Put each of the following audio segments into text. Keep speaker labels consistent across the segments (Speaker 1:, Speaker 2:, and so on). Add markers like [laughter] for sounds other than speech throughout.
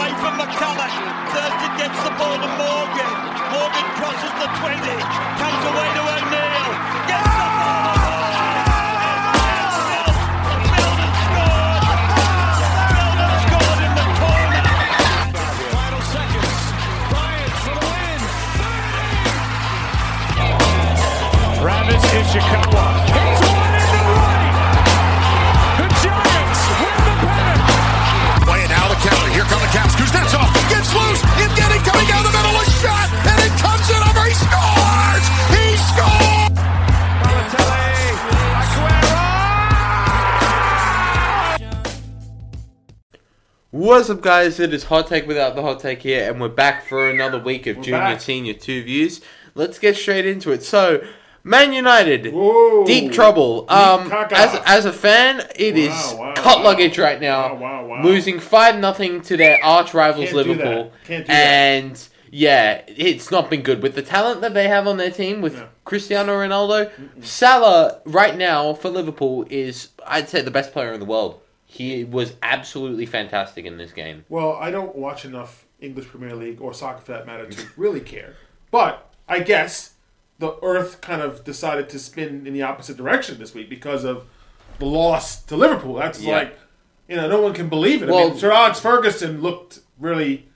Speaker 1: McCallum. Thurston gets the ball to Morgan. Morgan crosses the 20. Comes away to O'Neill. Gets the ball to Morgan. And Milner scored. Milner scored in the corner.
Speaker 2: Final seconds. Bryant for the win. Travis Ishikawa. Hits one into right. The Giants win the pennant.
Speaker 3: Way now the counter. Here come the Caps. Kuznetsov gets loose. It's getting coming down the middle. A shot, and it comes in over. He scores. He scores.
Speaker 4: What's up, guys? It is Hot Take Without the Hot Take here, and we're back for another week of Junior
Speaker 5: back.
Speaker 4: Senior 2 views. Let's get straight into it. So, Man United,
Speaker 5: Whoa.
Speaker 4: deep trouble. Um,
Speaker 5: caca.
Speaker 4: as, as a fan, it is
Speaker 5: wow,
Speaker 4: cut
Speaker 5: wow.
Speaker 4: luggage right now.
Speaker 5: Wow, wow, wow.
Speaker 4: Losing 5 nothing to their arch rivals,
Speaker 5: Can't do that.
Speaker 4: Liverpool.
Speaker 5: Can't do that.
Speaker 4: and, yeah, it's not been good. With the talent that they have on their team, with
Speaker 5: No.
Speaker 4: Cristiano Ronaldo, Salah, right now, for Liverpool, is, I'd say, the best player in the world. He was absolutely fantastic in this game.
Speaker 5: Well, I don't watch enough English Premier League or soccer for that matter to really care. But I guess the Earth kind of decided to spin in the opposite direction this week because of the loss to Liverpool. That's
Speaker 4: Yeah.
Speaker 5: like, you know, no one can believe it. I
Speaker 4: Well-
Speaker 5: mean, Sir Alex Ferguson looked really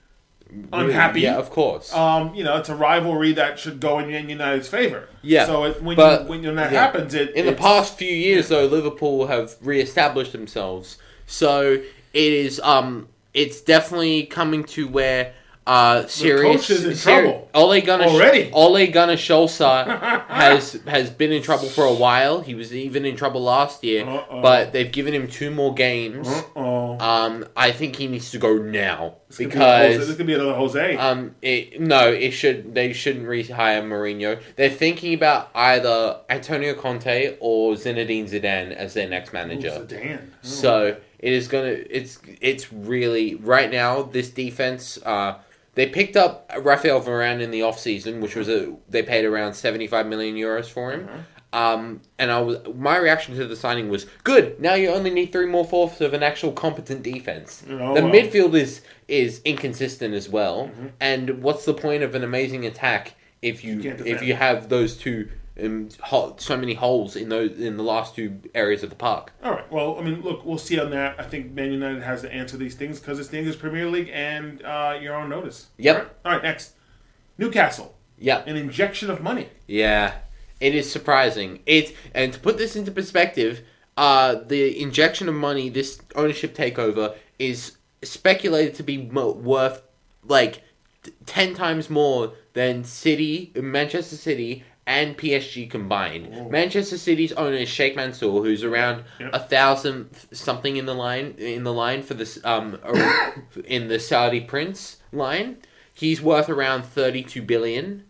Speaker 5: unhappy.
Speaker 4: Yeah, of course.
Speaker 5: um, you know, it's a rivalry that should go in Man United's favor.
Speaker 4: yeah.
Speaker 5: So it, when
Speaker 4: but-
Speaker 5: you, when that
Speaker 4: yeah.
Speaker 5: happens, it
Speaker 4: in the
Speaker 5: it's-
Speaker 4: past few years though, Liverpool have re-established themselves. So it is um it's definitely coming to where uh serious
Speaker 5: coach is in
Speaker 4: seri-
Speaker 5: trouble
Speaker 4: Ole Gunnar
Speaker 5: already.
Speaker 4: Ole Gunnar
Speaker 5: [laughs]
Speaker 4: Solskjaer has has been in trouble for a while. He was even in trouble last year,
Speaker 5: Uh-oh.
Speaker 4: but they've given him two more games.
Speaker 5: Oh,
Speaker 4: Um I think he needs to go now
Speaker 5: it's gonna be a Jose-
Speaker 4: because
Speaker 5: it's gonna be another Jose.
Speaker 4: Um, it, no, it should. They shouldn't rehire Mourinho. They're thinking about either Antonio Conte or Zinedine Zidane as their next manager.
Speaker 5: Dan.
Speaker 4: so it is gonna. It's it's really right now. This defense. Uh, they picked up Rafael Varane in the offseason, which was a they paid around seventy five million euros for him.
Speaker 5: Uh-huh.
Speaker 4: Um, and I was my reaction to the signing was good. Now you only need three more fourths of an actual competent defense.
Speaker 5: Oh,
Speaker 4: the
Speaker 5: wow. Mm-hmm.
Speaker 4: midfield is is inconsistent as well. And what's the point of an amazing attack if you,
Speaker 5: can't
Speaker 4: if
Speaker 5: defend.
Speaker 4: you have those two um, ho- so many holes in those in the last two areas of the park?
Speaker 5: All right. Well, I mean, look, we'll see on that. I think Man United has to answer these things because it's the English Premier League, and uh, you're on notice.
Speaker 4: Yep.
Speaker 5: All right. All right, Next, Newcastle,
Speaker 4: Yeah,
Speaker 5: an injection of money.
Speaker 4: Yeah, it is surprising. It and to put this into perspective, uh, the injection of money, this ownership takeover, is speculated to be mo- worth like t- ten times more than City, Manchester City. And PSG combined, Manchester City's owner is Sheikh Mansour, who's around
Speaker 5: Yep.
Speaker 4: a thousand something in the line in the line for this um
Speaker 5: [coughs]
Speaker 4: in the Saudi prince line. He's worth around thirty two billion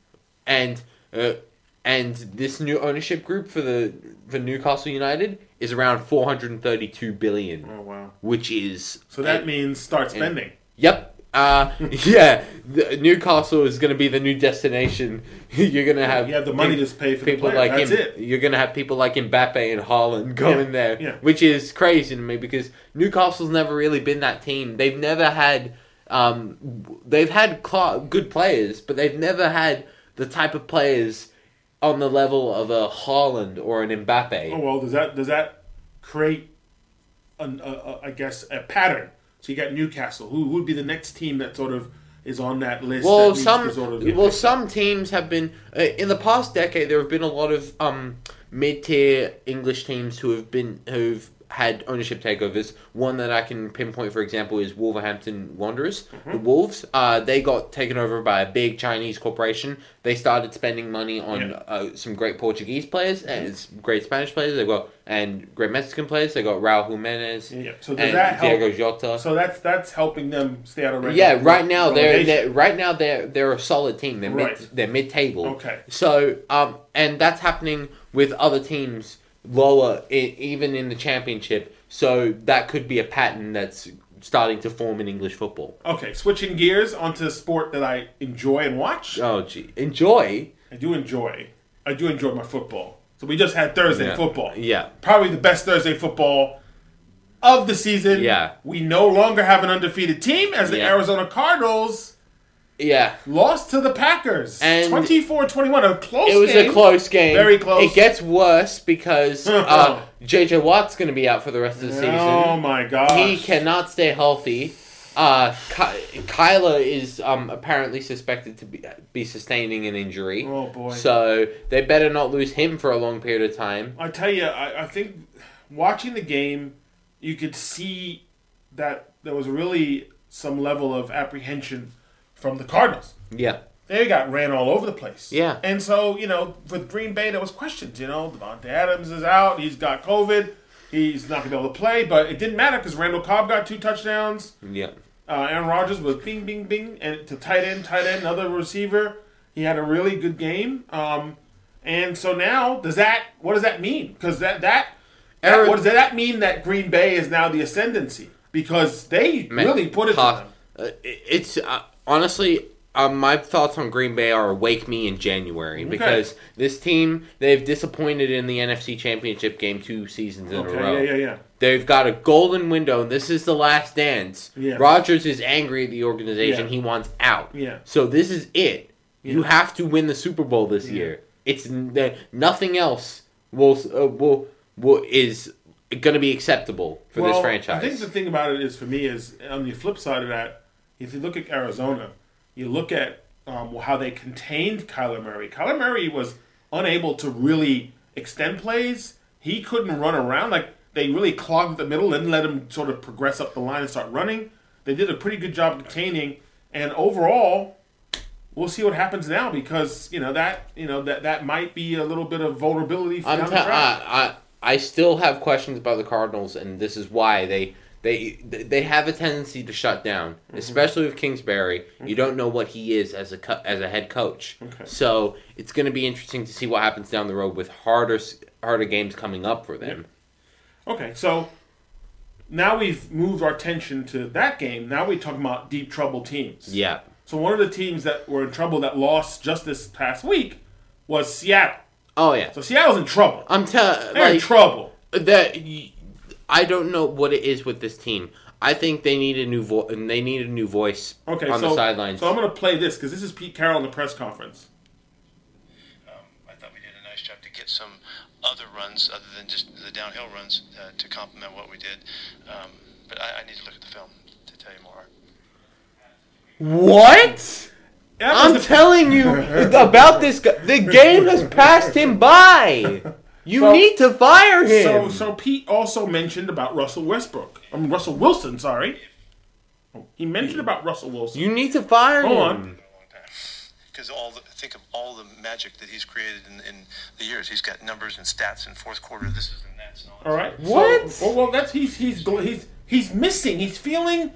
Speaker 4: and uh, and this new ownership group for the for Newcastle United is around 432 billion,
Speaker 5: Oh wow.
Speaker 4: which is
Speaker 5: So that means start
Speaker 4: and-
Speaker 5: spending.
Speaker 4: Yep. Uh, [laughs] yeah, the, Newcastle is going to be the new destination. [laughs] You're going to have
Speaker 5: You have the money to pay for the
Speaker 4: people
Speaker 5: player.
Speaker 4: like
Speaker 5: That's
Speaker 4: him.
Speaker 5: it.
Speaker 4: You're going to have people like Mbappe and Haaland going there,
Speaker 5: yeah.
Speaker 4: which is crazy to me because Newcastle's never really been that team. They've never had um, w- they've had cla good players, but they've never had the type of players on the level of a Haaland or an Mbappe.
Speaker 5: Oh well. Does that does that create, an, a, a, I guess, a pattern? So you got Newcastle, who would be the next team that sort of is on that list. that
Speaker 4: Well,
Speaker 5: needs
Speaker 4: some
Speaker 5: to sort of get
Speaker 4: well
Speaker 5: picked
Speaker 4: some teams have been uh, in the past decade. There have been a lot of um, mid-tier English teams who have been who've had ownership takeovers. One that I can pinpoint, for example, is Wolverhampton Wanderers,
Speaker 5: Mm-hmm.
Speaker 4: the Wolves. Uh, they got taken over by a big Chinese corporation. They started spending money on
Speaker 5: Yeah. Mm-hmm.
Speaker 4: uh, some great Portuguese players and s- great Spanish players. They got and great Mexican players. They got Raúl Jiménez
Speaker 5: Yeah. So does
Speaker 4: and
Speaker 5: that help-
Speaker 4: Diego Jota.
Speaker 5: So that's that's helping them stay out of rele-
Speaker 4: Yeah, right now they're,
Speaker 5: relegation.
Speaker 4: they're right now they're they're a solid team. They're mid
Speaker 5: Right.
Speaker 4: they're mid table.
Speaker 5: Okay.
Speaker 4: So um, and that's happening with other teams lower I- even in the championship. So that could be a pattern that's starting to form in English football.
Speaker 5: Okay, switching gears onto a sport that I enjoy and watch.
Speaker 4: Oh gee, enjoy.
Speaker 5: I do enjoy. I do enjoy my football. So we just had Thursday
Speaker 4: Yeah.
Speaker 5: football.
Speaker 4: Yeah.
Speaker 5: Probably the best Thursday football of the season.
Speaker 4: Yeah.
Speaker 5: We no longer have an undefeated team as the
Speaker 4: Yeah.
Speaker 5: Arizona Cardinals
Speaker 4: Yeah.
Speaker 5: lost to the Packers.
Speaker 4: And-
Speaker 5: 24-21, a close
Speaker 4: It was
Speaker 5: game.
Speaker 4: a close game.
Speaker 5: Very close.
Speaker 4: It gets worse
Speaker 5: [laughs]
Speaker 4: because uh, JJ Watt's going to be out for the rest of the
Speaker 5: Oh
Speaker 4: season.
Speaker 5: my gosh.
Speaker 4: He cannot stay healthy. Uh, Ky- Kyler is um, apparently suspected to be, be sustaining an injury.
Speaker 5: Oh, boy.
Speaker 4: So they better not lose him for a long period of time.
Speaker 5: I tell you, I, I think watching the game, you could see that there was really some level of apprehension from the Cardinals.
Speaker 4: Yeah.
Speaker 5: They got ran all over the place.
Speaker 4: Yeah.
Speaker 5: And so, you know, with Green Bay, there was questions. You know, Devontae Adams is out. He's got COVID. He's not going to be able to play. But it didn't matter because Randall Cobb got two touchdowns.
Speaker 4: Yeah.
Speaker 5: Uh, Aaron Rodgers was bing, bing, bing, and to tight end, tight end, another receiver. He had a really good game. Um, and so now, does that what does that mean? Because that that, that-
Speaker 4: Aaron-
Speaker 5: what does that mean that Green Bay is now the ascendancy because they
Speaker 4: Man,
Speaker 5: really put it to
Speaker 4: Hawk-
Speaker 5: them.
Speaker 4: uh, it- It's uh, honestly uh, my thoughts on Green Bay are wake me in January because this team they've disappointed in the NFC Championship game two seasons in a row.
Speaker 5: Okay, yeah, yeah, yeah.
Speaker 4: They've got a golden window, and this is the last dance.
Speaker 5: Yeah.
Speaker 4: Rodgers is angry at the organization;
Speaker 5: Yeah.
Speaker 4: he wants out.
Speaker 5: Yeah.
Speaker 4: So this is it. You
Speaker 5: Yeah.
Speaker 4: have to win the Super Bowl this year. It's n- that- nothing else will uh, will will is going to be acceptable for this franchise.
Speaker 5: I think the thing about it is, for me, is on the flip side of that, if you look at Arizona, you look at um, how they contained Kyler Murray. Kyler Murray was unable to really extend plays. He couldn't run around. Like, they really clogged the middle and let him sort of progress up the line and start running. They did a pretty good job containing. And overall, we'll see what happens now because, you know, that, you know, that, that might be a little bit of vulnerability for
Speaker 4: I'm uh,
Speaker 5: down
Speaker 4: t-
Speaker 5: the track.
Speaker 4: I, I I still have questions about the Cardinals, and this is why they they they have a tendency to shut down,
Speaker 5: Mm-hmm.
Speaker 4: especially with Kingsbury. You don't know what he is as a co- as a head coach, so it's going to be interesting to see what happens down the road with harder s- harder games coming up for them.
Speaker 5: Okay, so now we've moved our attention to that game. Now we're talking about deep trouble teams.
Speaker 4: Yeah,
Speaker 5: So one of the teams that were in trouble that lost just this past week was Seattle.
Speaker 4: oh yeah.
Speaker 5: So Seattle's in trouble.
Speaker 4: I'm telling
Speaker 5: They're in trouble.
Speaker 4: that y- I don't know what it is with this team. I think they need a new voice. They need a new voice
Speaker 5: Okay,
Speaker 4: on
Speaker 5: so,
Speaker 4: the sidelines.
Speaker 5: so I'm going to play this because this is Pete Carroll in the press conference.
Speaker 6: Um, I thought we did a nice job to get some other runs other than just the downhill runs uh, to complement what we did. Um, but I, I need to look at the film to tell you more.
Speaker 4: what?
Speaker 5: That was
Speaker 4: [laughs] I'm
Speaker 5: the-
Speaker 4: telling you about this guy. The game has passed him by. You
Speaker 5: So-
Speaker 4: need to fire
Speaker 5: So,
Speaker 4: him.
Speaker 5: so Pete also mentioned about Russell Westbrook. I mean, Russell Wilson, sorry. Oh, He mentioned about Russell Wilson.
Speaker 4: you need to fire
Speaker 5: Hold
Speaker 4: him.
Speaker 5: on.
Speaker 6: a long time. Because all the, think of all the magic that he's created in, in the years. He's got numbers and stats in fourth quarter. This is and that's and all. that
Speaker 5: All right.
Speaker 4: What?
Speaker 5: So, well, well, that's he's he's gl- he's he's missing. He's feeling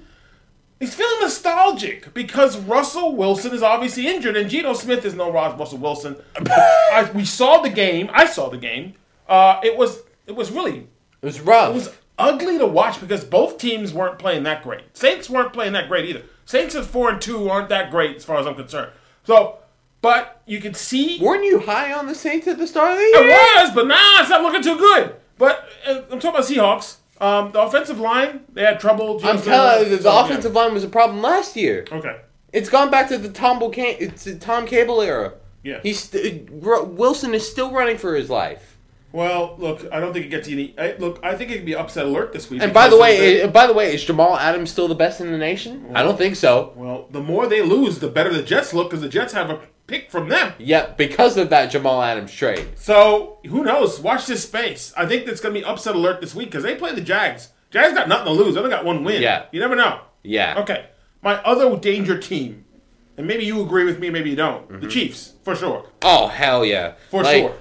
Speaker 5: he's feeling nostalgic because Russell Wilson is obviously injured, and Geno Smith is no Ros- Russell Wilson. I, we saw the game. I saw the game. Uh, it was it was really
Speaker 4: It was rough.
Speaker 5: it was ugly to watch because both teams weren't playing that great. Saints weren't playing that great either. Saints at four and two aren't that great as far as I'm concerned. So, but you could see
Speaker 4: Weren't you high on the Saints at the start of the year?
Speaker 5: it was, but nah, it's not looking too good. But uh, I'm talking about Seahawks. Um, the offensive line, they had trouble.
Speaker 4: I'm telling you, the offensive line was a problem last year.
Speaker 5: Okay.
Speaker 4: It's gone back to the Tom, Buchan- it's the Tom Cable era.
Speaker 5: Yeah.
Speaker 4: He's st- Ru- Wilson is still running for his life.
Speaker 5: Well, look, I don't think it gets any. I, look, I think it could be upset alert this week.
Speaker 4: And by the
Speaker 5: because
Speaker 4: way,
Speaker 5: they-
Speaker 4: i- by the way, is Jamal Adams still the best in the nation? I don't think so.
Speaker 5: well, the more they lose, the better the Jets look because the Jets have a pick from them.
Speaker 4: Yep, because of that Jamal Adams trade.
Speaker 5: So who knows? Watch this space. I think that's going to be upset alert this week because they play the Jags. Jags got nothing to lose. They only got one win.
Speaker 4: Yeah.
Speaker 5: You never know.
Speaker 4: Yeah.
Speaker 5: Okay. My other danger team, and maybe you agree with me, maybe you don't.
Speaker 4: Mm-hmm.
Speaker 5: The Chiefs, for sure.
Speaker 4: Oh hell yeah,
Speaker 5: For
Speaker 4: sure.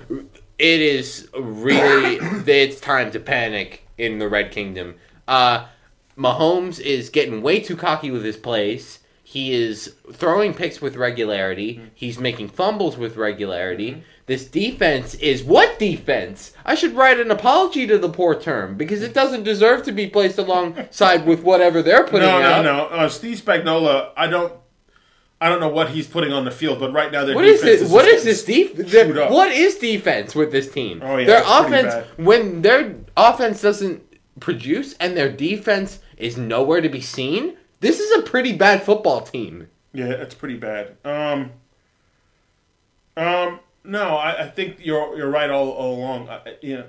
Speaker 4: It is
Speaker 5: [coughs]
Speaker 4: really it's time to panic in the Red Kingdom. Uh, Mahomes is getting way too cocky with his plays. He is throwing picks with regularity.
Speaker 5: Mm-hmm.
Speaker 4: He's making fumbles with regularity. This defense is what defense? I should write an apology to the poor term because it doesn't deserve to be placed alongside with whatever they're putting
Speaker 5: No, no,
Speaker 4: out.
Speaker 5: no. Uh, Steve Spagnola, I don't, I don't know what he's putting on the field, but right now their
Speaker 4: What is
Speaker 5: defense
Speaker 4: it?
Speaker 5: is
Speaker 4: What is
Speaker 5: just
Speaker 4: this
Speaker 5: chewed
Speaker 4: defense?
Speaker 5: up.
Speaker 4: What is defense with this team?
Speaker 5: Oh, yeah,
Speaker 4: their
Speaker 5: it's pretty
Speaker 4: offense
Speaker 5: bad.
Speaker 4: when their offense doesn't produce and their defense is nowhere to be seen, this is a pretty bad football team.
Speaker 5: Yeah, that's pretty bad. Um, um, no, I, I think you're you're right all, all along. I, I- you know,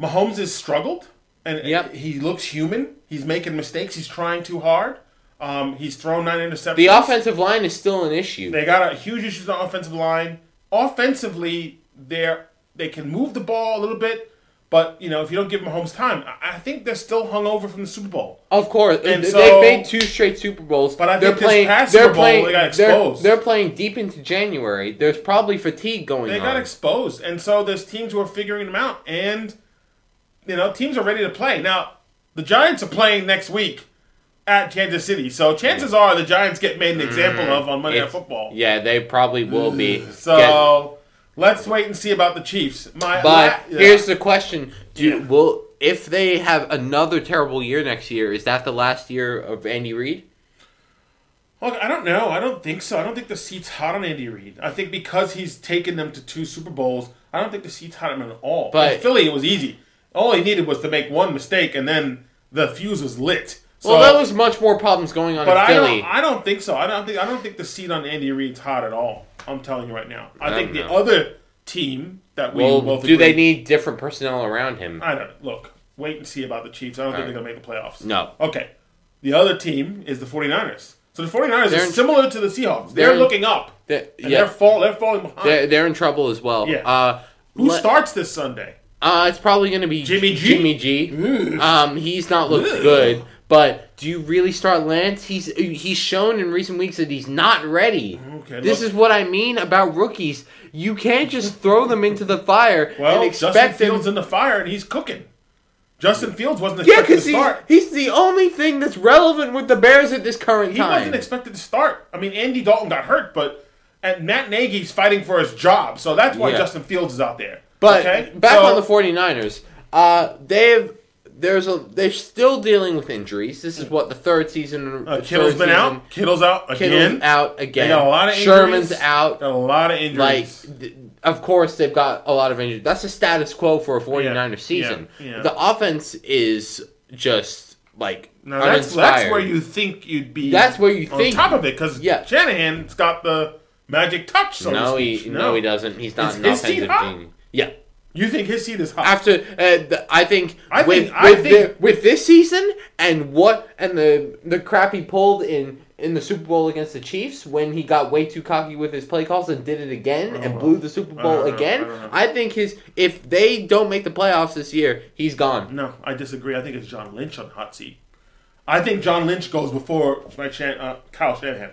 Speaker 5: Mahomes has struggled, and
Speaker 4: Yep.
Speaker 5: he looks human. He's making mistakes. He's trying too hard. Um, he's thrown nine interceptions.
Speaker 4: The offensive line is still an issue.
Speaker 5: They got a huge issues on the offensive line. Offensively, they're they can move the ball a little bit, but you know if you don't give Mahomes time, I, I think they're still hungover from the Super Bowl.
Speaker 4: Of course,
Speaker 5: And
Speaker 4: they-
Speaker 5: so-
Speaker 4: they've made two straight Super Bowls.
Speaker 5: But I
Speaker 4: they're
Speaker 5: think this
Speaker 4: playing.
Speaker 5: past
Speaker 4: they're
Speaker 5: Super Bowl,
Speaker 4: playing.
Speaker 5: they got
Speaker 4: they're-
Speaker 5: exposed.
Speaker 4: They're, playing deep into January. There's probably fatigue going
Speaker 5: They
Speaker 4: on.
Speaker 5: got exposed, and so there's teams who are figuring them out, and you know teams are ready to play. Now the Giants are playing next week at Kansas City, so chances are the Giants get made an example of on Monday Night
Speaker 4: It's-
Speaker 5: Football.
Speaker 4: Mm. Yeah, they probably will be. Get-
Speaker 5: So let's wait and see about the Chiefs. My
Speaker 4: but
Speaker 5: la- yeah.
Speaker 4: here's the question: Do will if they have another terrible year next year? Is that the last year of Andy Reid?
Speaker 5: Look, I don't know. I don't think so. I don't think the seat's hot on Andy Reid. I think because he's taken them to two Super Bowls, I don't think the seat's hot on him at all.
Speaker 4: But-
Speaker 5: With Philly, it was easy. All he needed was to make one mistake, and then the fuse was lit. So,
Speaker 4: well, that was much more problems going on
Speaker 5: But
Speaker 4: in
Speaker 5: I
Speaker 4: Philly.
Speaker 5: don't. I don't think so. I don't think. I don't think the seat on Andy Reid's hot at all. I'm telling you right now. I,
Speaker 4: I
Speaker 5: think
Speaker 4: don't
Speaker 5: the
Speaker 4: know.
Speaker 5: other team that we
Speaker 4: well,
Speaker 5: both
Speaker 4: do they
Speaker 5: agree-
Speaker 4: need different personnel around him?
Speaker 5: I don't know. Look, wait and see about the Chiefs. I don't think they're going to make the playoffs.
Speaker 4: No.
Speaker 5: Okay. The other team is the 49ers. So the 49ers
Speaker 4: They're
Speaker 5: are
Speaker 4: in-
Speaker 5: similar to the Seahawks. They're,
Speaker 4: they're in-
Speaker 5: looking up.
Speaker 4: They're-
Speaker 5: and
Speaker 4: yeah.
Speaker 5: they're, fall, they're falling behind.
Speaker 4: They're, they're in trouble as well.
Speaker 5: Yeah.
Speaker 4: Uh,
Speaker 5: Who
Speaker 4: let-
Speaker 5: starts this Sunday?
Speaker 4: Uh, it's probably going to be
Speaker 5: Jimmy G?
Speaker 4: Jimmy G. Um, he's not looked good, but do you really start Lance? He's he's shown in recent weeks that he's not ready.
Speaker 5: Okay,
Speaker 4: this
Speaker 5: look-
Speaker 4: is what I mean about rookies. You can't just throw them into the fire
Speaker 5: Well,
Speaker 4: and
Speaker 5: Justin
Speaker 4: expect them.
Speaker 5: Fields in the fire and he's cooking. Justin Fields wasn't
Speaker 4: yeah,
Speaker 5: expected to
Speaker 4: because he's,
Speaker 5: start.
Speaker 4: he's the only thing that's relevant with the Bears at this current
Speaker 5: He
Speaker 4: time.
Speaker 5: wasn't expected to start. I mean, Andy Dalton got hurt, but and Matt Nagy's fighting for his job, so that's why
Speaker 4: Yeah.
Speaker 5: Justin Fields is out there.
Speaker 4: But
Speaker 5: Okay?
Speaker 4: back
Speaker 5: So-
Speaker 4: on the 49ers, uh, they've there's a they're still dealing with injuries. This is what the third season.
Speaker 5: Mm. uh,
Speaker 4: third
Speaker 5: Kittle's been
Speaker 4: season-
Speaker 5: out. Kittle's out
Speaker 4: Kittle's
Speaker 5: again.
Speaker 4: out again.
Speaker 5: They got a lot of
Speaker 4: Sherman's
Speaker 5: injuries.
Speaker 4: out.
Speaker 5: Got a lot of injuries.
Speaker 4: Like, th- of course, they've got a lot of injuries. That's the status quo for a 49er
Speaker 5: Yeah,
Speaker 4: season.
Speaker 5: yeah, yeah.
Speaker 4: The offense is just like
Speaker 5: now that's,
Speaker 4: uninspired.
Speaker 5: that's where you think you'd be.
Speaker 4: That's where you
Speaker 5: on
Speaker 4: think-
Speaker 5: top of it because
Speaker 4: Yeah.
Speaker 5: Shanahan's got the magic touch. So
Speaker 4: no,
Speaker 5: to
Speaker 4: he
Speaker 5: speak.
Speaker 4: no. he doesn't. He's not
Speaker 5: Is-
Speaker 4: an
Speaker 5: is he
Speaker 4: offensive
Speaker 5: hot?
Speaker 4: genius. Yeah.
Speaker 5: You think his seat is hot?
Speaker 4: After uh, the, I think
Speaker 5: I
Speaker 4: with
Speaker 5: think- I
Speaker 4: with,
Speaker 5: think-
Speaker 4: the- with this season and what and the the crap he pulled in in the Super Bowl against the Chiefs when he got way too cocky with his play calls and did it again and blew the Super
Speaker 5: I
Speaker 4: Bowl
Speaker 5: don't know,
Speaker 4: again.
Speaker 5: I don't know.
Speaker 4: I, think his if they don't make the playoffs this year, he's gone.
Speaker 5: no, I disagree. I think it's John Lynch on hot seat. I think John Lynch goes before Mike Shan- uh, Kyle Shanahan.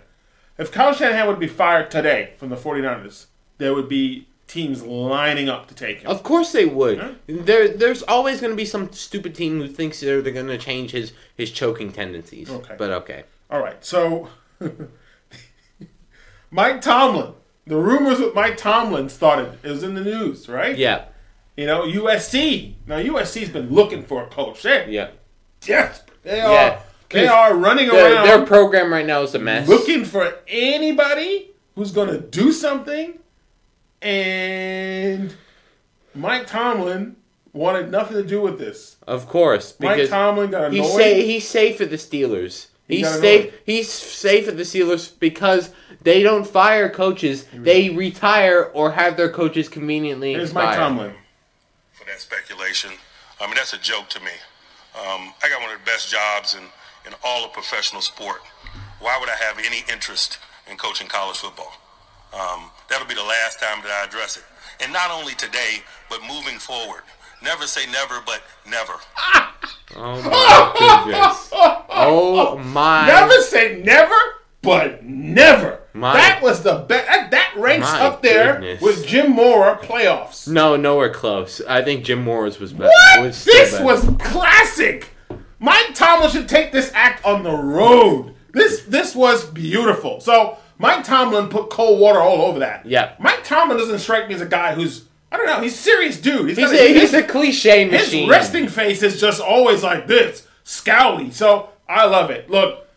Speaker 5: If Kyle Shanahan would be fired today from the 49ers, there would be teams lining up to take him.
Speaker 4: Of course they would. There there's always going to be some stupid team who thinks they're, they're going to change his his choking tendencies.
Speaker 5: Okay.
Speaker 4: But okay.
Speaker 5: All right, so [laughs] Mike Tomlin. The rumors with Mike Tomlin started. It was in the news, right?
Speaker 4: Yeah.
Speaker 5: You know, USC. Now USC's been looking for a coach. They're
Speaker 4: Yeah.
Speaker 5: desperate. They
Speaker 4: Yeah,
Speaker 5: are. They are running
Speaker 4: Their,
Speaker 5: around
Speaker 4: their program right now is a mess.
Speaker 5: looking for anybody who's going to do something. And Mike Tomlin wanted nothing to do with this.
Speaker 4: Of course,
Speaker 5: Mike
Speaker 4: because
Speaker 5: Tomlin got annoyed.
Speaker 4: he's safe. He's safe at the Steelers. He's
Speaker 5: got
Speaker 4: safe.
Speaker 5: annoyed.
Speaker 4: He's safe at the Steelers because they don't fire coaches. They retire or have their coaches conveniently
Speaker 5: Here's
Speaker 4: expire.
Speaker 5: Mike Tomlin.
Speaker 7: for that speculation. I mean, that's a joke to me. Um, I got one of the best jobs in, in all of professional sport. Why would I have any interest in coaching college football? Um, that'll be the last time that I address it. And not only today, but moving forward. Never say never, but never.
Speaker 4: Oh my goodness! Oh
Speaker 5: [laughs]
Speaker 4: my!
Speaker 5: Never say never, but never.
Speaker 4: My-
Speaker 5: that was the best. That, that ranks
Speaker 4: My
Speaker 5: up there
Speaker 4: goodness.
Speaker 5: with Jim Mora playoffs.
Speaker 4: No, nowhere close. I think Jim Morris was better.
Speaker 5: What?
Speaker 4: Was still
Speaker 5: this
Speaker 4: better.
Speaker 5: was classic. Mike Tomlin should take this act on the road. This this was beautiful. So Mike Tomlin put cold water all over that.
Speaker 4: Yeah.
Speaker 5: Mike Tomlin doesn't strike me as a guy who's I don't know. He's a serious dude.
Speaker 4: He's
Speaker 5: got
Speaker 4: a, he's a cliche
Speaker 5: his
Speaker 4: machine.
Speaker 5: resting face is just always like this, scowly. So I love it. Look,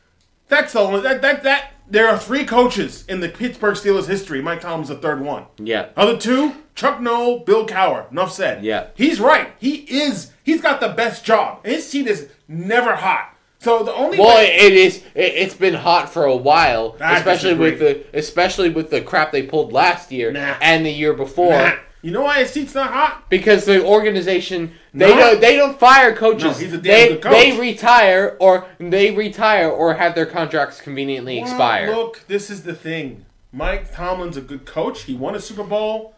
Speaker 5: that's the only that that that There are three coaches in the Pittsburgh Steelers history. Mike Tomlin's the third one.
Speaker 4: Yeah.
Speaker 5: Other two, Chuck Noll, Bill Cower. Enough said.
Speaker 4: Yeah.
Speaker 5: He's right. He is. He's got the best job. His seat is never hot. So the only
Speaker 4: Well,
Speaker 5: way,
Speaker 4: it is. It, it's been hot for a while,
Speaker 5: I
Speaker 4: especially with the especially with the crap they pulled last year
Speaker 5: Nah.
Speaker 4: and the year before,
Speaker 5: Nah. you know why his seat's not hot?
Speaker 4: because the organization they
Speaker 5: No.
Speaker 4: don't they don't fire coaches.
Speaker 5: No, he's a damn
Speaker 4: they
Speaker 5: good coach.
Speaker 4: they retire or they retire or have their contracts conveniently
Speaker 5: Well,
Speaker 4: expire.
Speaker 5: Look, this is the thing. Mike Tomlin's a good coach. He won a Super Bowl.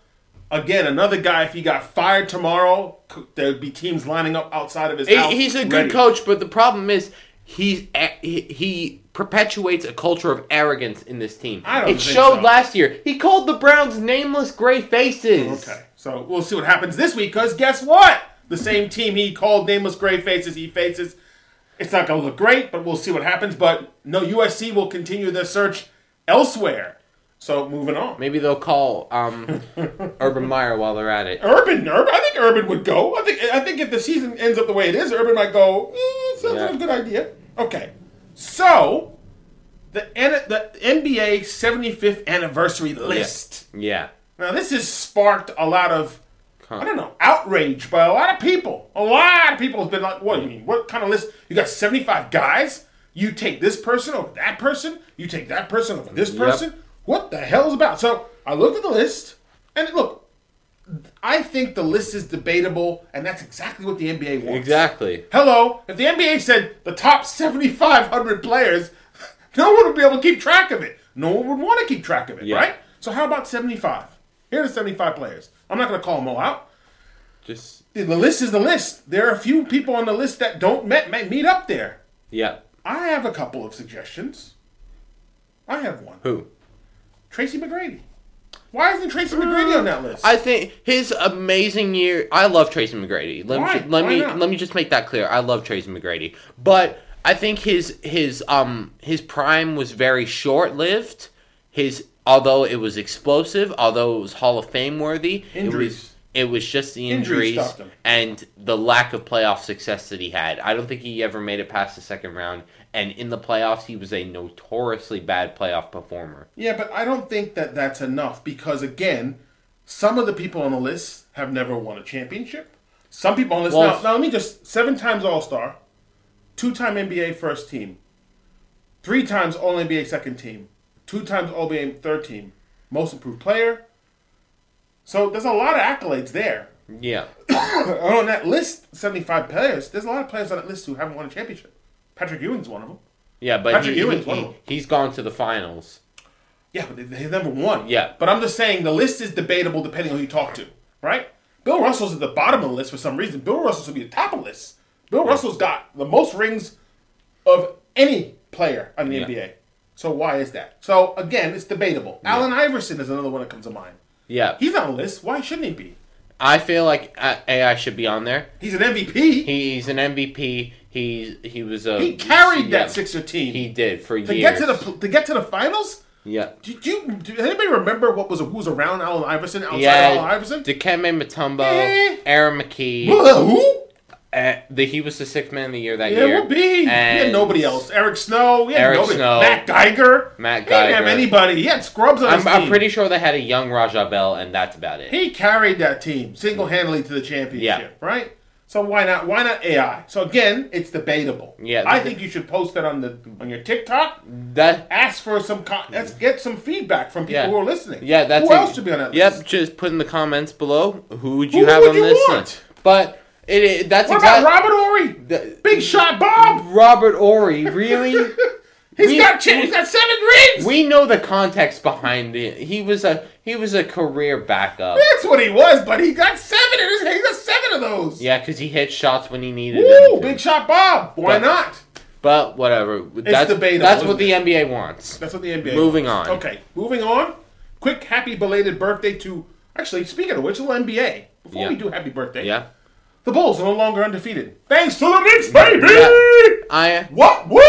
Speaker 5: Again, another guy. If he got fired tomorrow, c- there'd be teams lining up outside of his
Speaker 4: He-
Speaker 5: house.
Speaker 4: he's a good
Speaker 5: ready.
Speaker 4: coach, but the problem is he's a- he, he perpetuates a culture of arrogance in this team.
Speaker 5: I don't
Speaker 4: it
Speaker 5: think
Speaker 4: showed
Speaker 5: so.
Speaker 4: last year. He called the Browns nameless gray faces.
Speaker 5: Okay, so we'll see what happens this week. Cause guess what? The same team he called nameless gray faces. He faces. It's not going to look great, but we'll see what happens. But no, USC will continue their search elsewhere. So moving on.
Speaker 4: Maybe they'll call
Speaker 5: [laughs]
Speaker 4: um, Urban Meyer while they're at it.
Speaker 5: Urban, Urban. I think Urban would go. I think. I think if the season ends up the way it is, Urban might go. Eh, sounds like
Speaker 4: Yeah.
Speaker 5: a good idea. Okay, so the N- the NBA 75th anniversary list.
Speaker 4: Yeah.
Speaker 5: Now this has sparked a lot of. I don't know outrage by a lot of people. A lot of people have been like, "What do you mean? What kind of list? You got seventy-five guys. You take this person over that person. You take that person over this
Speaker 4: Yep.
Speaker 5: person. What the hell is about?" So I looked at the list, and look, I think the list is debatable, and that's exactly what the NBA wants.
Speaker 4: Exactly.
Speaker 5: Hello, if the NBA said the top 7,500 players, [laughs] no one would be able to keep track of it. No one would want to keep track of it,
Speaker 4: Yeah.
Speaker 5: right? So how about 75? Here are the 75 players. I'm not going to call them all out.
Speaker 4: Just
Speaker 5: The the list is the list. There are a few people on the list that don't met, met, meet up there.
Speaker 4: yeah.
Speaker 5: I have a couple of suggestions. I have one.
Speaker 4: Who?
Speaker 5: Tracy McGrady. Why isn't Tracy McGrady on that list?
Speaker 4: I think his amazing year. I love Tracy McGrady. Let
Speaker 5: Why?
Speaker 4: me let
Speaker 5: Why
Speaker 4: me
Speaker 5: not?
Speaker 4: let me just make that clear. I love Tracy McGrady, but I think his his um his prime was very short lived. His although it was explosive, although it was Hall of Fame worthy,
Speaker 5: Injuries.
Speaker 4: It was, it was just the
Speaker 5: Injuries
Speaker 4: injuries
Speaker 5: stopped him.
Speaker 4: and the lack of playoff success that he had. I don't think he ever made it past the second round. And in the playoffs, he was a notoriously bad playoff performer.
Speaker 5: Yeah, but I don't think that that's enough because again, some of the people on the list have never won a championship. Some people on the list
Speaker 4: Well-
Speaker 5: now, now. Let me just seven times All Star, two time NBA first team, three times All NBA second team, two times All NBA third team, Most Improved Player. So there's a lot of accolades there.
Speaker 4: Yeah.
Speaker 5: And on that list, 75 players. There's a lot of players on that list who haven't won a championship. Patrick Ewing's one of them.
Speaker 4: Yeah, but
Speaker 5: Patrick
Speaker 4: he,
Speaker 5: Ewing's
Speaker 4: he-
Speaker 5: one of them.
Speaker 4: he's gone to the finals.
Speaker 5: Yeah, but they- he's number one.
Speaker 4: Yeah.
Speaker 5: But I'm just saying the list is debatable depending on who you talk to, right? Bill Russell's at the bottom of the list for some reason. Bill Russell should be the top of the list. Bill Russell's got the most rings of any player on the NBA. So why is that? So again, it's debatable. Allen Iverson is another one that comes to mind.
Speaker 4: Yeah,
Speaker 5: He's not on the list. Why shouldn't he be?
Speaker 4: I feel like uh, AI should be on there.
Speaker 5: He's an MVP. He,
Speaker 4: He's an MVP. He he was a
Speaker 5: carried
Speaker 4: yeah,
Speaker 5: that Sixer team
Speaker 4: He did for
Speaker 5: to
Speaker 4: years.
Speaker 5: get to the pl- to get to the finals.
Speaker 4: yeah.
Speaker 5: Did you? Did anybody remember what was who was around Allen Iverson outside of Allen
Speaker 4: Yeah,
Speaker 5: Iverson?
Speaker 4: Dikembe Mutombo,
Speaker 5: Eh.
Speaker 4: Aaron McKee.
Speaker 5: who?
Speaker 4: Uh, the, he was the sixth man of the year that
Speaker 5: Yeah,
Speaker 4: year.
Speaker 5: it would be. We had
Speaker 4: And-
Speaker 5: nobody else. Eric Snow. Yeah,
Speaker 4: Eric
Speaker 5: nobody.
Speaker 4: Snow.
Speaker 5: Matt Geiger. He
Speaker 4: Matt
Speaker 5: didn't have
Speaker 4: Geiger.
Speaker 5: anybody. He had scrubs on his
Speaker 4: I'm,
Speaker 5: team.
Speaker 4: I'm pretty sure they had a young Rajah Bell, and that's about it.
Speaker 5: He carried that team single handedly to the championship.
Speaker 4: Yeah.
Speaker 5: Right. So why not? Why not AI? So again, it's debatable.
Speaker 4: Yeah,
Speaker 5: I
Speaker 4: the-
Speaker 5: think you should post that on the on your TikTok.
Speaker 4: That
Speaker 5: Ask for some. Con- let's get some feedback from people
Speaker 4: Yeah.
Speaker 5: who are listening.
Speaker 4: Yeah, that's
Speaker 5: who
Speaker 4: it.
Speaker 5: else should be on that
Speaker 4: Yep,
Speaker 5: list?
Speaker 4: just put in the comments below who would you have
Speaker 5: would
Speaker 4: on
Speaker 5: you
Speaker 4: this
Speaker 5: want?
Speaker 4: list. But it, it that's
Speaker 5: What
Speaker 4: exact-
Speaker 5: about Robert Ory?
Speaker 4: The-
Speaker 5: Big shot, Bob.
Speaker 4: Robert Ory, really?
Speaker 5: [laughs] He's
Speaker 4: We-
Speaker 5: got cha- he's got seven rings.
Speaker 4: we know the context behind it. He was a he was a
Speaker 5: [laughs]
Speaker 4: career backup.
Speaker 5: that's what he was, but he got seven. In his, he got seven of those.
Speaker 4: Yeah, because he hit shots when he needed
Speaker 5: Woo!
Speaker 4: them.
Speaker 5: Big shot, Bob. Why
Speaker 4: But-
Speaker 5: not?
Speaker 4: But whatever. that's
Speaker 5: debatable,
Speaker 4: that's what
Speaker 5: isn't
Speaker 4: the NBA wants.
Speaker 5: That's what the NBA.
Speaker 4: Moving
Speaker 5: wants.
Speaker 4: on.
Speaker 5: Okay, moving on. Quick happy belated birthday to. Actually, speaking of which, a little NBA. Before
Speaker 4: Yeah.
Speaker 5: we do happy birthday,
Speaker 4: Yeah.
Speaker 5: the Bulls are no longer undefeated. Thanks to the Knicks, baby.
Speaker 4: I
Speaker 5: What? What?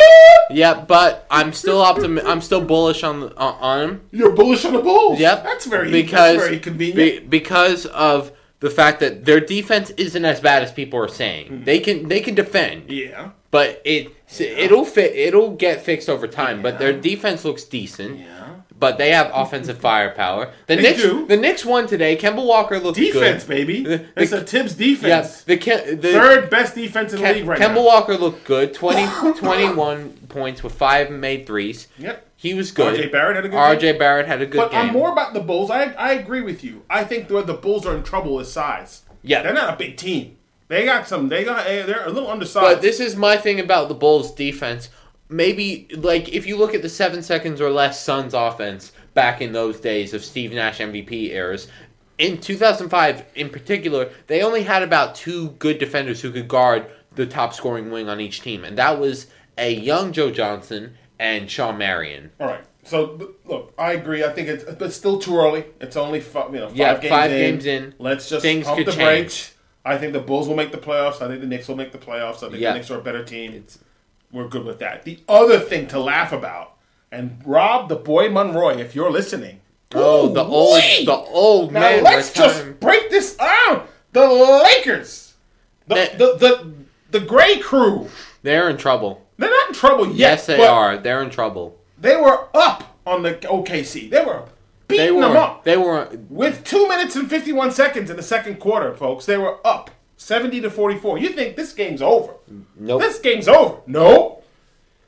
Speaker 4: yeah, but I'm still optimi- I'm still bullish on the, on, on him.
Speaker 5: You're bullish on the Bulls.
Speaker 4: Yep.
Speaker 5: That's very
Speaker 4: because
Speaker 5: that's very convenient.
Speaker 4: be- because of the fact that their defense isn't as bad as people are saying. They can they can defend.
Speaker 5: Mm-hmm. yeah.
Speaker 4: But it it'll fit. It'll get fixed over time. But their defense looks decent.
Speaker 5: Yeah.
Speaker 4: But they have offensive firepower. The
Speaker 5: They
Speaker 4: Knicks,
Speaker 5: do.
Speaker 4: the Knicks won today. Kemba Walker looked
Speaker 5: Defense,
Speaker 4: good. [laughs]
Speaker 5: baby.
Speaker 4: The-
Speaker 5: It's
Speaker 4: the-
Speaker 5: a Tibbs
Speaker 4: Yes,
Speaker 5: defense.
Speaker 4: the, Ke- the
Speaker 5: Third best defense in the
Speaker 4: Ke-
Speaker 5: league right
Speaker 4: Kemba
Speaker 5: now.
Speaker 4: Walker looked
Speaker 5: [laughs]
Speaker 4: good. 20, 21 points with five made threes.
Speaker 5: Yep.
Speaker 4: He was good.
Speaker 5: RJ Barrett had a good
Speaker 4: RJ Barrett had a good
Speaker 5: But
Speaker 4: game.
Speaker 5: I'm more about the Bulls. I, I agree with you. I think where the Bulls are in trouble is size.
Speaker 4: Yeah.
Speaker 5: they're not a big team. They got some. They got. eh, They're a little undersized.
Speaker 4: But this is my thing about the Bulls' defense. Maybe like if you look at the seven seconds or less Suns offense back in those days of Steve Nash MVP eras, in 2005 in particular, they only had about two good defenders who could guard the top scoring wing on each team, and that was a young Joe Johnson and Sean Marion.
Speaker 5: All right. So l- look, I agree. I think it's but still too early. It's only five, you know five,
Speaker 4: Yeah,
Speaker 5: games,
Speaker 4: five
Speaker 5: in.
Speaker 4: games in.
Speaker 5: Let's just
Speaker 4: Things
Speaker 5: pump
Speaker 4: could
Speaker 5: the
Speaker 4: change.
Speaker 5: brakes. I think the Bulls will make the playoffs. I think the Knicks will make the playoffs. I think
Speaker 4: Yeah.
Speaker 5: the Knicks are a better team.
Speaker 4: It's-
Speaker 5: We're good with that. The other thing to laugh about, and Rob the boy Monroy, if you're listening,
Speaker 4: Oh, the old,
Speaker 5: Ooh-wee!
Speaker 4: the old
Speaker 5: Now
Speaker 4: man.
Speaker 5: let's
Speaker 4: retirement.
Speaker 5: just break this down. The Lakers, the
Speaker 4: That-
Speaker 5: the the, the Gray Crew.
Speaker 4: They're in trouble.
Speaker 5: They're not in trouble yet.
Speaker 4: Yes, they
Speaker 5: but
Speaker 4: are. They're in trouble.
Speaker 5: They were up on the OKC. They were beating
Speaker 4: They were.
Speaker 5: them up
Speaker 4: They were.
Speaker 5: with two minutes and fifty-one seconds in the second quarter, folks. They were up seventy to forty-four. You think this game's over?
Speaker 4: Nope.
Speaker 5: This game's over. No.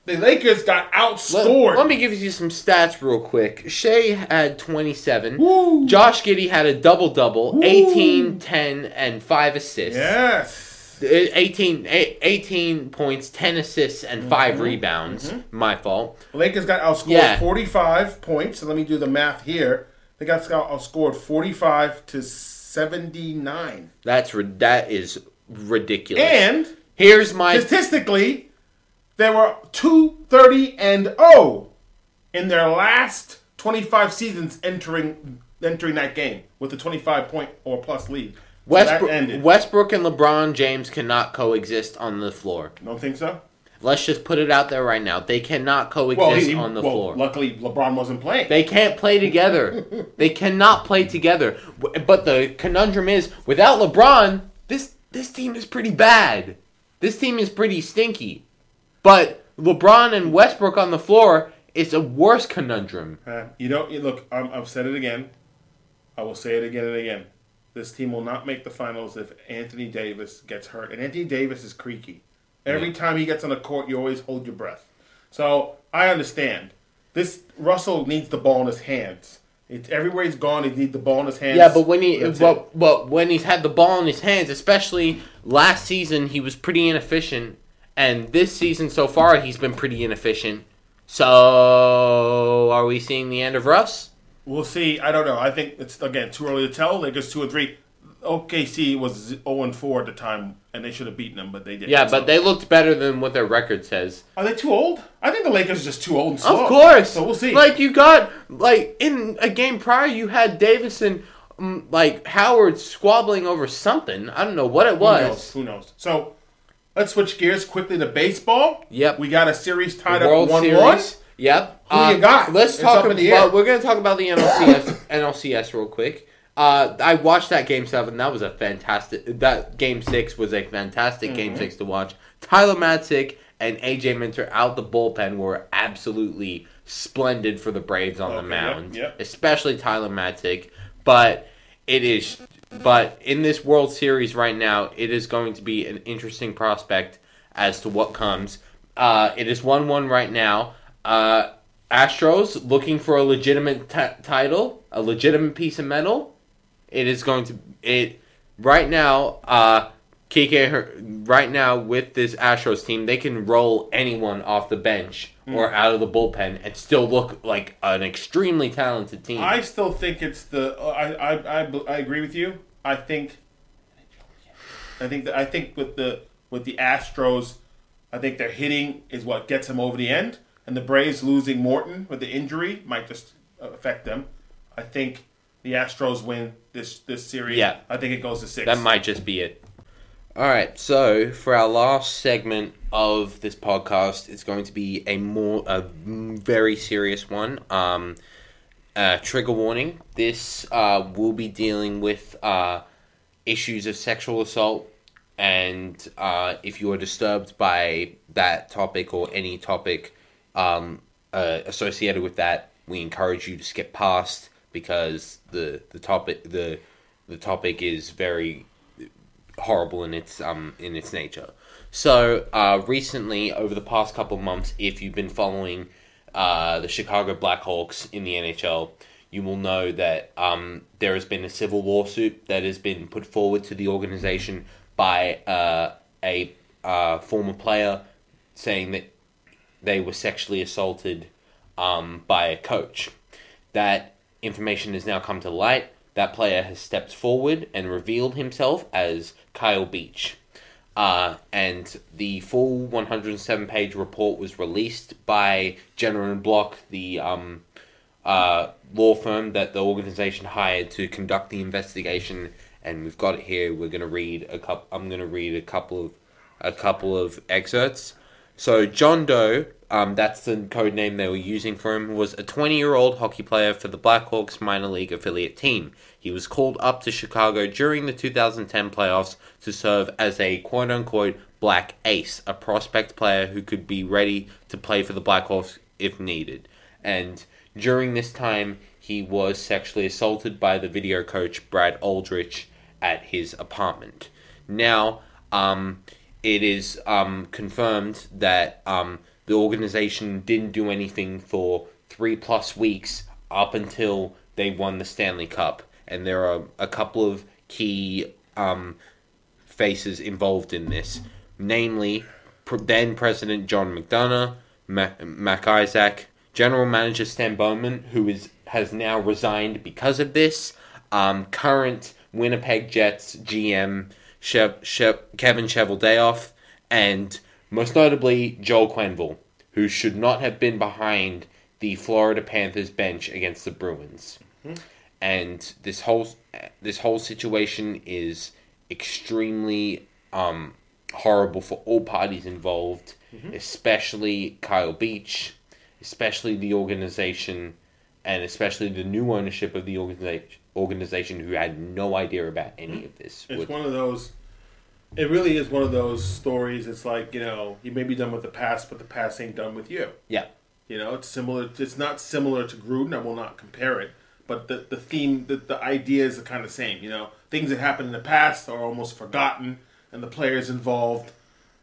Speaker 5: The Lakers got
Speaker 4: Let,
Speaker 5: outscored.
Speaker 4: let me give you some stats real quick. Shea had 27.
Speaker 5: Woo.
Speaker 4: Josh Giddy had a double double, 18, 10, and 5 assists.
Speaker 5: Yes.
Speaker 4: Uh, 18, eh, 18 points, 10 assists, and
Speaker 5: Mm-hmm.
Speaker 4: 5 rebounds. My fault.
Speaker 5: Lakers got outscored
Speaker 4: Yeah.
Speaker 5: 45 points. So let me do the math here. They got outscored 45 to 79.
Speaker 4: That's ri- that is ridiculous.
Speaker 5: And
Speaker 4: here's my
Speaker 5: statistically, they were 230 and 0 in their last 25 seasons entering entering that game with a 25 point or plus lead. So
Speaker 4: Westbrook,
Speaker 5: that ended.
Speaker 4: Westbrook and LeBron James cannot coexist on the floor.
Speaker 5: Don't think so?
Speaker 4: Let's just put it out there right now. They cannot coexist
Speaker 5: Well, he- he-
Speaker 4: on the
Speaker 5: well,
Speaker 4: floor.
Speaker 5: luckily LeBron wasn't playing.
Speaker 4: They can't play together. they cannot play together. W- But the conundrum is, without LeBron, this this team is pretty bad. This team is pretty stinky. But LeBron and Westbrook on the floor is a worse conundrum.
Speaker 5: Uh, you don't you, look. I'm, I've said it again. I will say it again and again. This team will not make the finals if Anthony Davis gets hurt, and Anthony Davis is creaky. Every time he gets on the court, you always hold your breath. So I understand. This Russell needs the ball in his hands. It's everywhere he's gone. He needs the ball in his hands.
Speaker 4: Yeah, but when he
Speaker 5: That's it.
Speaker 4: but, but when he's had the ball in his hands, especially last season, he was pretty inefficient, and this season so far he's been pretty inefficient. So are we seeing the end of Russ?
Speaker 5: We'll see. I don't know. I think it's again too early to tell. Lakers two and three. OKC was zero and four at the time, and they should have beaten them, but they didn't.
Speaker 4: Yeah,
Speaker 5: So-
Speaker 4: but they looked better than what their record says.
Speaker 5: Are they too old? I think the Lakers are just too old and slow.
Speaker 4: Of course.
Speaker 5: So we'll see.
Speaker 4: Like you got like in a game prior, you had Davison, mm, like Howard squabbling over something. I don't know what it
Speaker 5: who knows?
Speaker 4: was.
Speaker 5: Who knows? So let's switch gears quickly to baseball.
Speaker 4: Yep.
Speaker 5: We got a series tied
Speaker 4: World
Speaker 5: up one
Speaker 4: Series.
Speaker 5: one.
Speaker 4: Yep. Um,
Speaker 5: Who you got?
Speaker 4: Let's
Speaker 5: It's
Speaker 4: talk
Speaker 5: up in
Speaker 4: about.
Speaker 5: the air.
Speaker 4: We're gonna talk about the [coughs] NLCS NLCS real quick. Uh, I watched that game seven. That was a fantastic. That game six was a fantastic
Speaker 5: Mm-hmm.
Speaker 4: game six to watch. Tyler Matzik and AJ Minter out the bullpen were absolutely splendid for the Braves on the
Speaker 5: Okay,
Speaker 4: mound,
Speaker 5: yep, yep.
Speaker 4: especially Tyler Matzik. But it is. But in this World Series right now, it is going to be an interesting prospect as to what comes. Uh, it is one-one right now. Uh, Astros looking for a legitimate t- title, a legitimate piece of metal. It is going to it right now. Uh, Kike Her- right now with this Astros team, they can roll anyone off the bench or out of the bullpen and still look like an extremely talented team.
Speaker 5: I still think it's the. I, I, I, I agree with you. I think. I think that I think with the with the Astros, I think their hitting is what gets them over the end, and the Braves losing Morton with the injury might just affect them. I think the Astros win this this series.
Speaker 4: Yeah.
Speaker 5: I think it goes to six.
Speaker 4: That might just be it. All right, so for our last segment of this podcast, it's going to be a more a very serious one. Um, uh, trigger warning: This uh, will be dealing with uh, issues of sexual assault And uh, if you are disturbed by that topic or any topic um, uh, associated with that, we encourage you to skip past because the the topic the the topic is very horrible in its um in its nature. So uh, recently, over the past couple months, if you've been following uh, the Chicago Blackhawks in the NHL, you will know that um, there has been a civil lawsuit that has been put forward to the organization by uh, a uh, former player saying that they were sexually assaulted um, by a coach. That information has now come to light. That player has stepped forward and revealed himself as Kyle Beach. Uh, and the full 107 page report was released by Jenner and Block, the um, uh, law firm that the organization hired to conduct the investigation. And we've got it here. We're going to read a couple. I'm going to read a couple of a couple of excerpts. So John Doe, um, that's the code name they were using for him, was a 20-year-old hockey player for the Blackhawks minor league affiliate team. He was called up to Chicago during the 2010 playoffs to serve as a quote-unquote black ace, a prospect player who could be ready to play for the Blackhawks if needed. And during this time, he was sexually assaulted by the video coach Brad Aldrich at his apartment. Now, um, it is um, confirmed that um, the organization didn't do anything for three plus weeks up until they won the Stanley Cup, and there are a couple of key um, faces involved in this, namely pr- then President John McDonough, Ma- Mac Isaac, General Manager Stan Bowman, who is has now resigned because of this, um, current Winnipeg Jets GM Shev, Shev, Kevin Cheveldayoff, and most notably Joel Quenville, who should not have been behind the Florida Panthers bench against the Bruins. And this whole this whole situation is extremely um, horrible for all parties involved,
Speaker 5: Mm-hmm.
Speaker 4: especially Kyle Beach, especially the organization, and especially the new ownership of the organization organization who had no idea about any of this.
Speaker 5: It's
Speaker 4: Would-
Speaker 5: one of those. It really is one of those stories. It's like you know, you may be done with the past, but the past ain't done with you.
Speaker 4: yeah.
Speaker 5: You know, it's similar. It's not similar to Gruden. I will not compare it, but the the theme, the, the ideas are kind of same. You know, things that happened in the past are almost forgotten, and the players involved,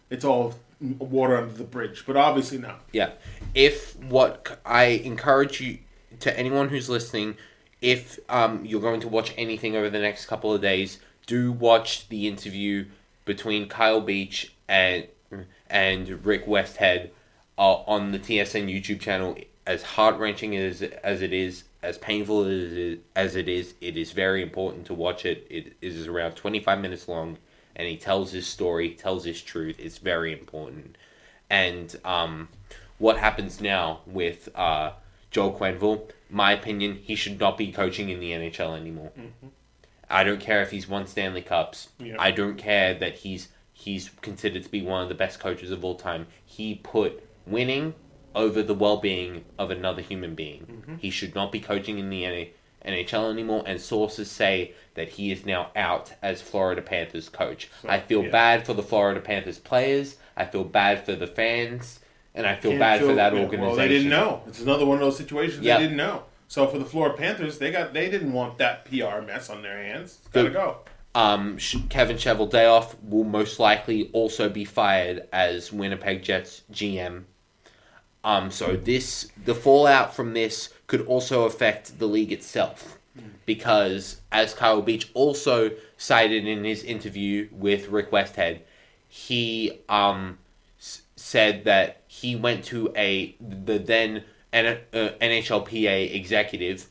Speaker 5: it's all water under the bridge. But obviously not.
Speaker 4: Yeah. If what c- I encourage you to anyone who's listening, if um, you're going to watch anything over the next couple of days, do watch the interview between Kyle Beach and and Rick Westhead uh, on the TSN YouTube channel. As heart wrenching as as it is, as painful as it is, as it is, it is very important to watch it. It is around twenty five minutes long, and he tells his story, tells his truth. It's very important and um, what happens now with uh, Joel Quenville. My opinion, he should not be coaching in the NHL anymore. I don't care if he's won Stanley Cups.
Speaker 5: Yeah.
Speaker 4: I don't care that he's he's considered to be one of the best coaches of all time. He put winning over the well-being of another human being. He should not be coaching in the NA NHL anymore and sources say that he is now out as Florida Panthers coach. I feel
Speaker 5: yeah.
Speaker 4: bad for the Florida Panthers players. I feel bad for the fans, and I feel
Speaker 5: Can't
Speaker 4: bad for
Speaker 5: feel-
Speaker 4: that
Speaker 5: yeah,
Speaker 4: organization.
Speaker 5: Well, they didn't know. It's another one of those situations
Speaker 4: Yeah.
Speaker 5: they didn't know. So for the Florida Panthers, they got they didn't want that PR mess on their hands. It's gotta
Speaker 4: Dude.
Speaker 5: go.
Speaker 4: Um, Sh- Kevin Cheveldayoff will most likely also be fired as Winnipeg Jets GM. Um, so this the fallout from this could also affect the league itself because as Kyle Beach also cited in his interview with Rick Westhead, he um, s- said that he went to a the then N- uh, NHLPA executive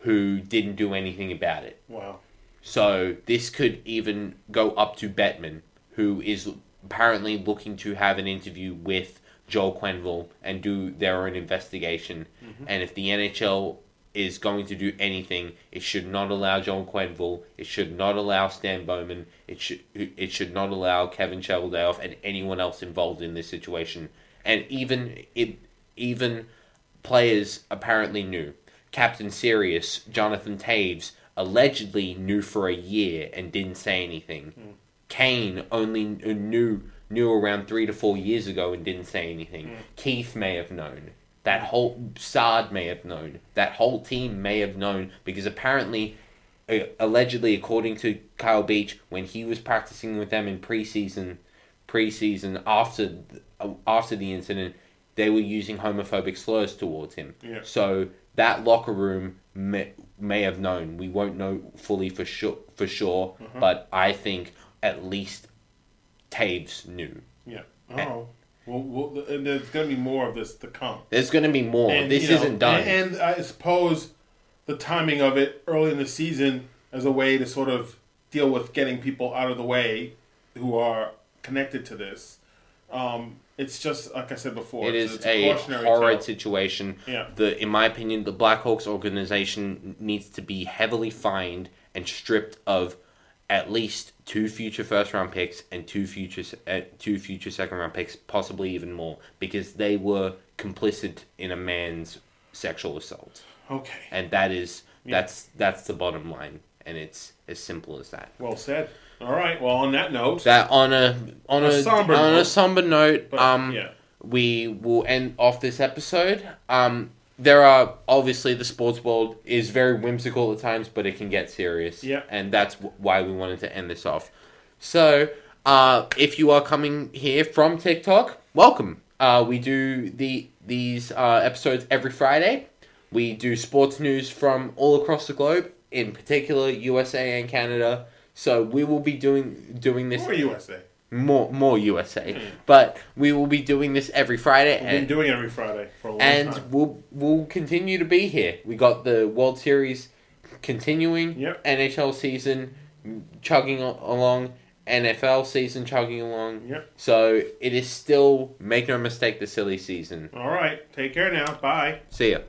Speaker 4: who didn't do anything about it.
Speaker 5: Wow.
Speaker 4: So this could even go up to Bettman, who is apparently looking to have an interview with Joel Quenville and do their own investigation. And if the NHL is going to do anything, it should not allow Joel Quenville. It should not allow Stan Bowman. It should it should not allow Kevin Cheveldayoff and anyone else involved in this situation. And even it even players apparently knew. Captain Sirius, Jonathan Taves, allegedly knew for a year and didn't say anything. Kane only kn- knew knew around three to four years ago and didn't say anything. Keith may have known. That whole Sard may have known. That whole team may have known because apparently, uh, allegedly, according to Kyle Beach, when he was practicing with them in preseason, preseason after th- uh, after the incident, they were using homophobic slurs towards him.
Speaker 5: Yeah.
Speaker 4: So that locker room may, may have known. We won't know fully for sure, for sure,
Speaker 5: Mm-hmm.
Speaker 4: but I think at least Taves knew.
Speaker 5: Yeah. Oh. Well, well, and there's going to be more of this to come.
Speaker 4: There's going to be more.
Speaker 5: And,
Speaker 4: this
Speaker 5: you know,
Speaker 4: isn't done.
Speaker 5: And, and I suppose the timing of it early in the season as a way to sort of deal with getting people out of the way who are connected to this. Um, it's just like I said before.
Speaker 4: it
Speaker 5: it's,
Speaker 4: is
Speaker 5: it's
Speaker 4: a
Speaker 5: cautionary
Speaker 4: horrid
Speaker 5: tale.
Speaker 4: situation.
Speaker 5: Yeah.
Speaker 4: The, in my opinion, the Blackhawks organization needs to be heavily fined and stripped of at least two future first round picks and two future se- uh, two future second round picks, possibly even more, because they were complicit in a man's sexual assault,
Speaker 5: Okay.
Speaker 4: and that is that's that's the bottom line, and it's as simple as that.
Speaker 5: Well said. All right. Well, on that note,
Speaker 4: that on a on a,
Speaker 5: somber
Speaker 4: on
Speaker 5: note.
Speaker 4: a somber note,
Speaker 5: But,
Speaker 4: um,
Speaker 5: yeah.
Speaker 4: we will end off this episode. Um, there are obviously the sports world is very whimsical at times, but it can get serious.
Speaker 5: Yeah.
Speaker 4: and that's w- why we wanted to end this off. So, uh, if you are coming here from TikTok, welcome. Uh, we do the these uh, episodes every Friday. We do sports news from all across the globe, in particular USA and Canada. So we will be doing doing this
Speaker 5: for USA,
Speaker 4: more more USA. But we will be doing this every Friday,
Speaker 5: Hmm. we've been
Speaker 4: and,
Speaker 5: doing it every Friday for a long time.
Speaker 4: and we'll we'll continue to be here. We got the World Series continuing,
Speaker 5: Yep.
Speaker 4: NHL season chugging a- along, NFL season chugging along.
Speaker 5: Yep.
Speaker 4: So it is still make no mistake the silly season.
Speaker 5: All right. Take care now. Bye.
Speaker 4: See ya.